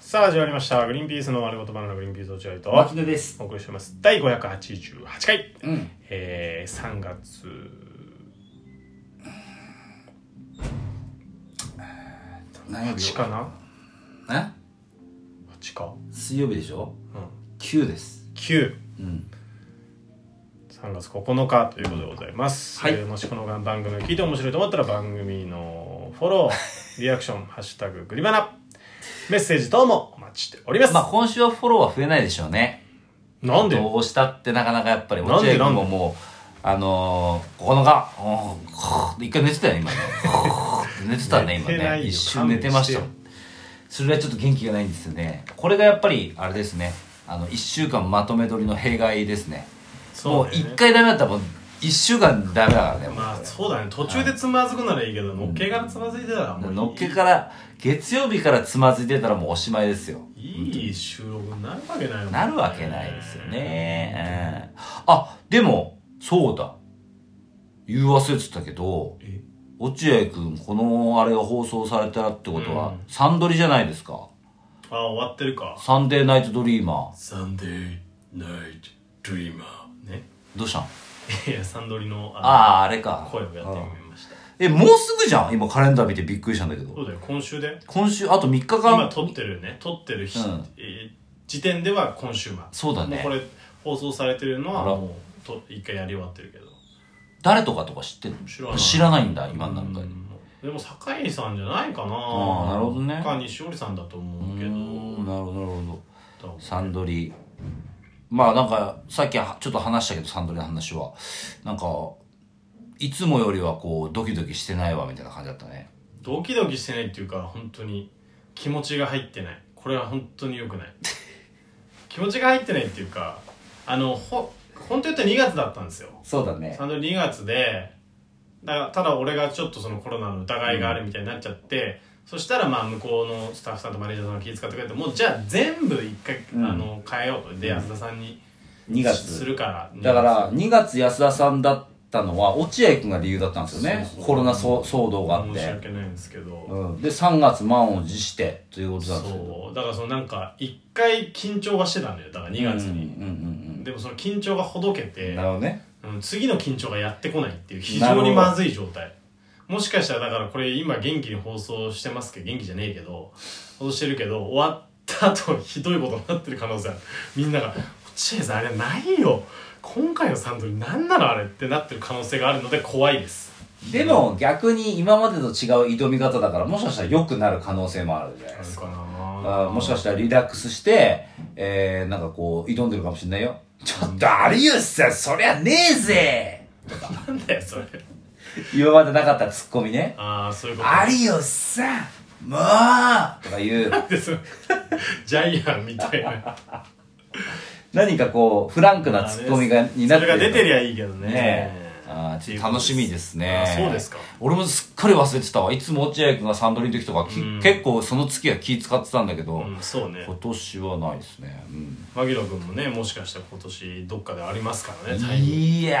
さあ始まりました「グリーンピースの丸ごとバナナグリーンピース落合」と牧野ですお送りしてます第588回、うんえー、3月何曜日8かなえ8か、水曜日でしょうん、 9です93うん月9日ということでございます、はいえーもしこの番組を聞いて面白いと思ったら番組のフォロ ーリアクション「ハッシュタググリバナ」メッセージ等もお待ちしております、まあ今週はフォローは増えないでしょうねなんでどうしたってなかなかやっぱり落な合んで君なんでももうあのー、9日うんこう一回寝てたよね今ね こう寝てたね今寝てないねよ一瞬寝てましたよ勘それぐらいちょっと元気がないんですよねこれがやっぱりあれですねあの1週間まとめ撮りの弊害ですねそうもうだよね1回ダメだったらもう1週間ダメだからねもうまあそうだね途中でつまずくならいいけどのっけからつまずいてたらもういいのっけから月曜日からつまずいてたらもうおしまいですよいい収録になるわけないもんねなるわけないですよね、うんあでもそうだ言う忘れてたけどえ落合君このあれが放送されたらってことうは、んサンドリじゃないですかあ終わってるかサンデーナイトドリーマーサンデーナイトドリーマーね どうしたんいやサンドリのあああーあれかの声をやってうんみましたえもうすぐじゃん今カレンダー見てびっくりしたんだけそどうだよ今週で今週あと3日今間撮ってるね撮ってる日うんえー時点では今週末そうだねもうこれ放送されてるのはあらもうと一回やり終わってるけど誰とかとか知ってんの知らないんだ今の段階でうんでも酒井さんじゃないかなあーなるほどねか西織さんだと思うけうーどんなるほどなるほどだからサンドリまあなんかさっきはちょっと話したけどサンドリの話はなんかいつもよりはこうドキドキしてないわみたいな感じだったねドキドキしてないっていうか本当に気持ちが入ってないこれは本当に良くない 気持ちが入ってないっていうかあのほ本当言ったら2月だったんですよそうだね3度2月でだからただ俺がちょっとそのコロナの疑いがあるみたいになっちゃって、そしたらまあ向こうのスタッフさんとマネージャーさんが気遣ってくれてもうじゃあ全部一回、うんあの変えようとで安田さんに2す月るからだから2月安田さんだったのは落合君が理由だったんですよねそうそうコロナ騒騒動があっ、申して訳ないんですけど、うん、で3月満を持してということだったんですよそうだからそのなんか一回緊張はしてたんだよだから2月に、うんうんうんでもその緊張がほどけうんてな、るほどねうん次の緊張がやってこないっていう非常にまずい状態もしかしたらだからこれ今元気に放送してますけど元気じゃねえけど放送してるけど終わった後ひどいことになってる可能性あるみんなが「落合さんあれないよ今回のサンドリー何なのあれ」ってなってる可能性があるので怖いですでも逆に今までと違う挑み方だからもしかしたら良くなる可能性もあるじゃないあでるすかかなあーもしかしたらリラックスして、えー、なんかこう、挑んでるかもしれないよ。ちょっと、有吉さん、そりゃねえぜなんだよそれ今までなかったツッコミね。ああそういうこと有吉さん、もうとかいう、ですよ ジャイアンみたいな何かこう、フランクなツッコミが、になってそれが出てりゃゃいいけどねあーちょっと楽しみですね。あそうですか俺もすっかり忘れてたわ。いつも落合君がサンドリの時とか、きうん結構その月は気使ってたんだけど、うんそうね今年はないですね。うん牧野君もねもしかしたら今年どっかでありますからねタイミングいやー、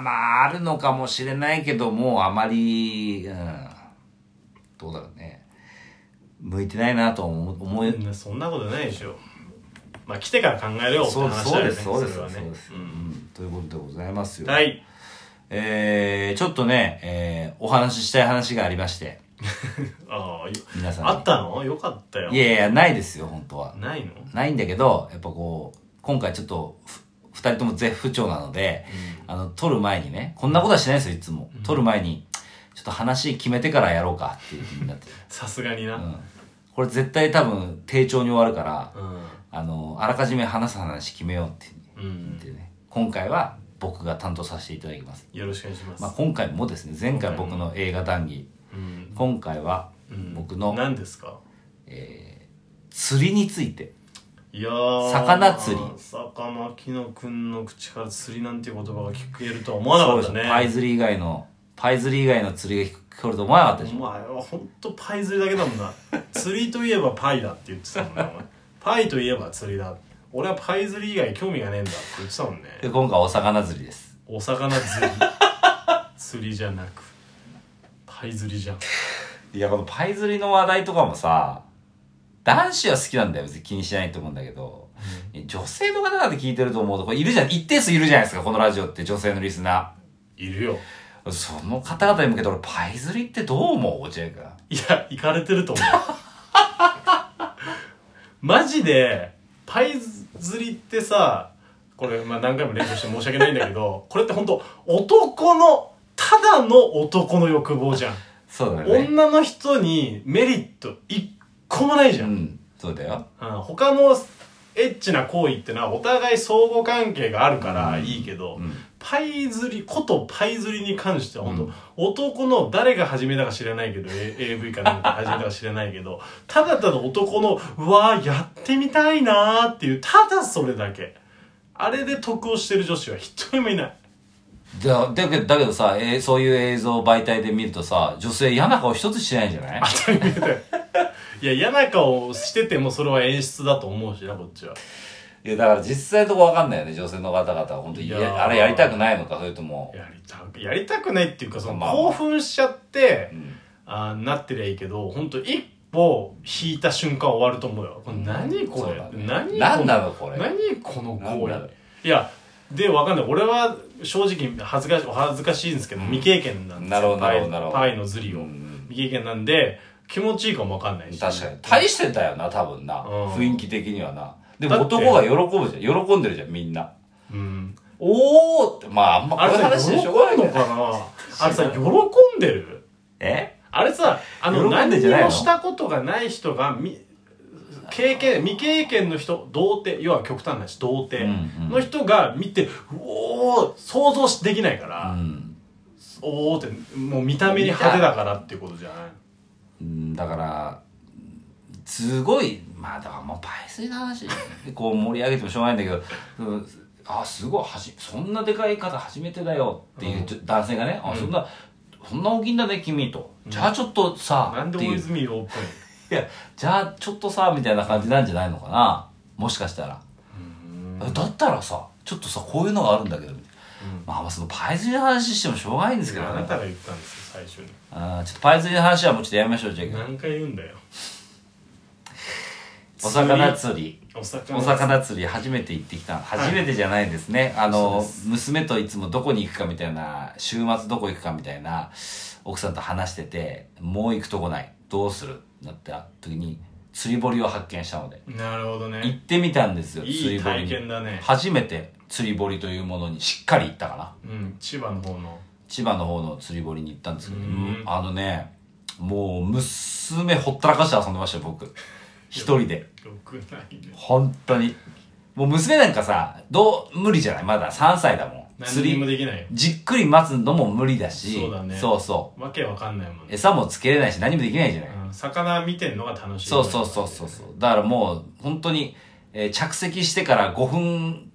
まあ、あるのかもしれないけど、もうあまり、うん、どうだろうね。向いてないなと思う思え、そんなそんなことないでしょまあ来てから考えるよってそう話そうだよでねす、そうです、れそうはねです、ううんん。ということでございますよ。はいえー、ちょっとね、えー、お話ししたい話がありまして、ああよ皆さんに。あったのよかったよいやいや、ないですよ、本当は。ないのないんだけど、やっぱこう、今回ちょっと、ふ二人とも絶不調なので、あの、撮る前にね、こんなことはしないですよ、いつも。撮る前に、ちょっと話決めてからやろうかっていう気になって。さすがにな、うん。これ絶対多分、丁重に終わるから、うんあの、あらかじめ話す話決めようってう言っんてね、今回は僕が担当させていただきます。よろしくお願いします、まあ、今回もですね、前回今回僕もの映画談義、うん今回はうん僕の何ですか釣りについて。いやー魚釣り坂巻野くんの口から釣りなんていう言葉が聞けるとは思わなかったそうでねすパイ釣り以外の、パイ釣り以外の釣りが聞こえると思わなかったでしょお前はほんとパイ釣りだけだもんな釣りといえばパイだって言ってたもんねお前パイといえば釣りだ俺はパイ釣り以外興味がねえんだって言ってたもんねで今回はお魚釣りですお魚釣り釣りじゃなくパイ釣りじゃんいやこのパイ釣りの話題とかもさ男子は好きなんだよ。別に気にしないと思うんだけど。女性の方々聞いてると思うと、これいるじゃん、一定数いるじゃないですか、このラジオって女性のリスナいるよー。その方々に向けて俺、パイズリってどう思う落合君。いや行かれてると思う マジでパイ釣りってさこれ、まあ、何回も練習して申し訳ないんだけどこれって本当男のただの男の欲望じゃん、そうだよね。女の人にメリット一個もないじうゃん、ん、そうだよ。うん他のエッチな行為ってのはお互い相互関係があるからいいけど、うん。パイ釣りことパイ釣りに関しては本当、うん男の誰が始めたか知らないけど A- AV かなんか始めたか知らないけどただただ男のうわーやってみたいなーっていうただそれだけあれで得をしてる女子は一人もい ないだだけどだけどさ、えーそういう映像媒体で見るとさ、女性嫌な顔一つしてないんじゃない当たり前だよいや嫌な顔しててもそれは演出だと思うしなこっちはいや、だから実際のとこわかんないよね、女性の方々は。本当に、いいやーやあれやりたくないのか、それとも。やりたくやりたくないっていうかそのまあ興奮しちゃってうんあーなってりゃいいけど本当一歩引いた瞬間終わると思うよこれ何こそうれ、だね何何なのこれ何この行なんだ為いやでわかんない俺は正直恥ずかしお恥ずかしいんですけど未経験なんですなるほどなパイるほどなるほどパイのズリを、うん未経験なんで気持ちいいかもわかんないし確かに。大してたよな、多分な。うん雰囲気的にはな。でだもって男が喜ぶじゃん。喜んでるじゃん、みんな。うんおーって、まあ、あんまあこれういさう話喜でんしょうがないのねかなあれさ喜んでるえあれさ、あの、喜んでん何じゃないのもしたことがない人が、み、経験、未経験の人、童貞、要は極端な話、童貞うんうんの人が見て、うおー、想像しできないかうら、ん。おーって、もう見た目に派手だからっていうことじゃないうんだから、すごい、まあ、だからもう、パイスリの話、 こう盛り上げてもしょうがないんだけど、うんあ、すごい、はじ、そんなでかい方初めてだよっていうちょ男性がね、あ、そんな、そんな大きいんだね、君と。じゃあちょっとなさん、っでて大いう。泉洋っぽいいや、じゃあちょっとさ、みたいな感じなんじゃないのかな。もしかしたら。のだったらさ、ちょっとさ、こういうのがあるんだけど、みたいなまあまあ、そのパイズリの話してもしょうがないんですけどあねな。たが言ったんですよ、最初に。あーちょっとパイ釣りの話はもうちょっとやめましょう、ジェイ君。何回言うんだよ。お魚釣り。お魚。お。魚釣り初めて行ってきた初めてじゃないですね、あそうので娘といつもどこに行くかみたいな週末どこ行くかみたいな奥さんと話しててもう行くとこないどうするってなった時に釣り堀を発見したのでなるほど行っね。てみたんですよ釣いりい堀体に験だね。初めて釣り堀というものにしっかり行ったかなうん、千葉の方の。千葉の方の釣り堀に行ったんですけど、うんあのねもう娘ほったらかして遊んでましたよ僕一人でよくないね。本当にもう娘なんかさどう無理じゃないまだ3歳だもん釣何にもりできないよ。じっくり待つのも無理だしそうだねそうそわけわかんないもんうね、餌もつけれないし何もできないじゃない、うん、魚見てんのが楽しいそうそうそうそうそうだからもう本当に、えー着席してから5分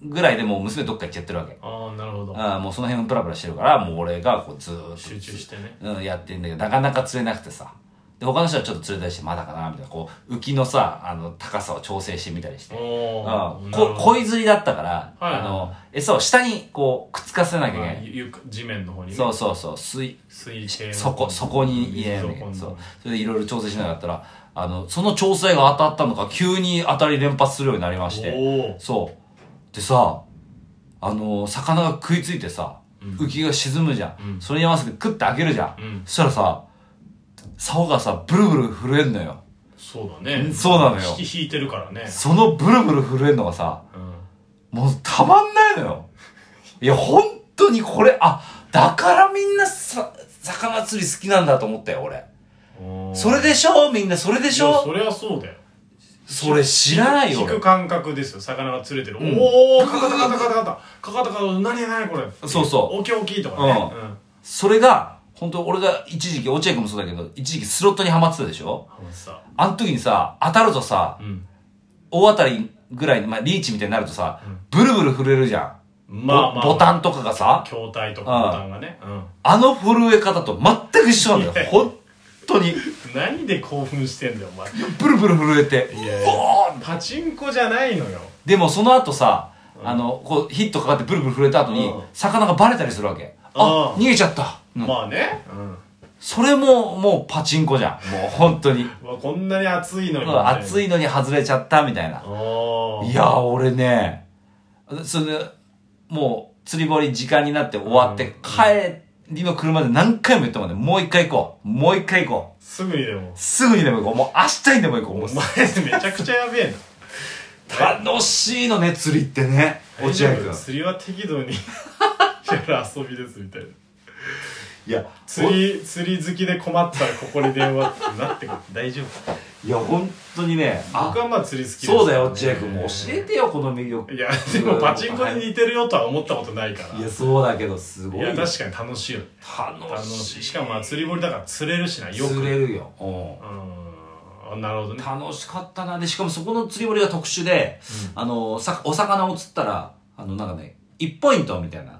ぐらいでもう娘どっか行っちゃってるわけああなるほどあーもうその辺プラプラしてるからもう俺がこうずーっと集中してねうん、やってんだけど、なかなか釣れなくてさ。で、他の人はちょっと釣れたりして、まだかな、みたいな、こう、浮きのさ、あの、高さを調整してみたりして。うおお、んなるこほど恋釣りだったから、はいはいあの、餌を下に、こう、くっつかせなきゃいけまなあい。ゆゆ地面の方に、ね、そうそうそう、水、水平のそこ、そこに入れなきゃいけない。水そ底うの。それでいろいろ調整しなかったら、あの、その調整が当たったのか、急に当たり連発するようになりまして。おおそう。でさ、あの、魚が食いついてさ、浮きが沈むじゃん。うんそれに合わせてグッて開けるじゃん。うんそしたらさ、竿がさ、ブルブル震えんのよ。そうだねうんそうなのよ引き引いてるからね、そのブルブル震えんのがさ、うん、もうたまんないのよ。いや、本当にこれ、あ、だからみんなさ、魚釣り好きなんだと思ったよ、俺。おーそれでしょみんなそれでしいやそょりゃそうだよそれ知らないよ、引く俺。感覚ですよ魚が釣れてる、んおおかかったかかったかかったかかったかかった何何これそうそう大きい大きいとかね、ううんそれが、本当俺が一時期、落合君もそうだけど、一時期スロットにハマってたでしょハマってたあの時にさ、当たるとさう、ん大当たりぐらいに、まあ、リーチみたいになるとさ、ブルブル震えるじゃん。まあまあ、まあ、ボボタンとかがさ、筐体とかああボタンがね、うん、あの震え方と全く一緒なんだよ。本当に。何で興奮してんだよお前ブルブル震えて。いやいうやおーパチンコじゃないのよでもその後さ、あの、こう、ヒットかかってブルブル震えた後にうん、魚がバレたりするわけ。あ、うん逃げちゃった。うんまあね、うん、それももうパチンコじゃん。もう本当に。うわこんなに暑いのに暑いのに外れちゃったみたいな。ああいやー、俺ね、それで、もう釣り堀時間になって終わって、うん帰りの車で何回も言ったもんね、もう一回行こう。もう一回行こう。すぐにでもすぐにでも行こう。もう明日にでも行こう。もおう前めちゃくちゃやべえな楽しいのね、釣りってね。 落合大丈君夫。釣りは適度に やる遊びですみたいないや、釣り釣り好きで困ったらここに電話ってなってくる大丈夫おいや、本当にね、あ僕、はまあ釣り好きですそうだよ、落合君。もう教えてよ、この魅力。いやでもパチンコに似てるよとは思ったことないからいや、そうだけど、すごいいよ。や確かに楽しいよ楽楽ししい。いしかもまあ釣り堀だから釣れるしなよく釣れるよ。うんうんあなるほどね楽しかったなでしかもそこの釣り堀が特殊で、あのさお魚を釣ったらあのなんかね1ポイントみたいな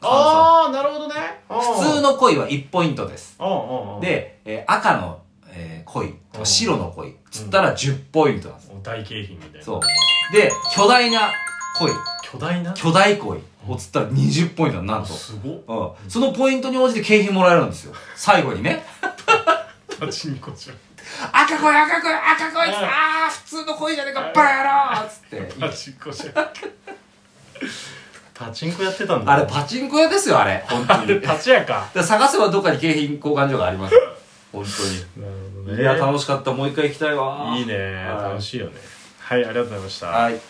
ああなるほどね普通のの鯉は1ポイントですおうおうおうで、えー赤の、えー、鯉とうかん白の鯉釣ったら10ポイントなんです、お大景品みたいなそうで巨大な鯉巨大な巨大鯉を釣ったら20ポイントなんと、すごっうん、そのポイントに応じて景品もらえるんですよ最後にねパチンコじゃん 赤鯉赤鯉赤鯉っつってああ普通の鯉じゃねえかバカ野郎っつってパチンコじゃんパチンコやってたんだ あれパチンコ屋ですよ、あれ。本当あに。れだかパチやから探せばどっかに景品交換所があります。本なるほ当ど に。ねいや、楽しかった。もう一回行きたいわ。いいねはい楽しいよねはいありがとうございましたはい。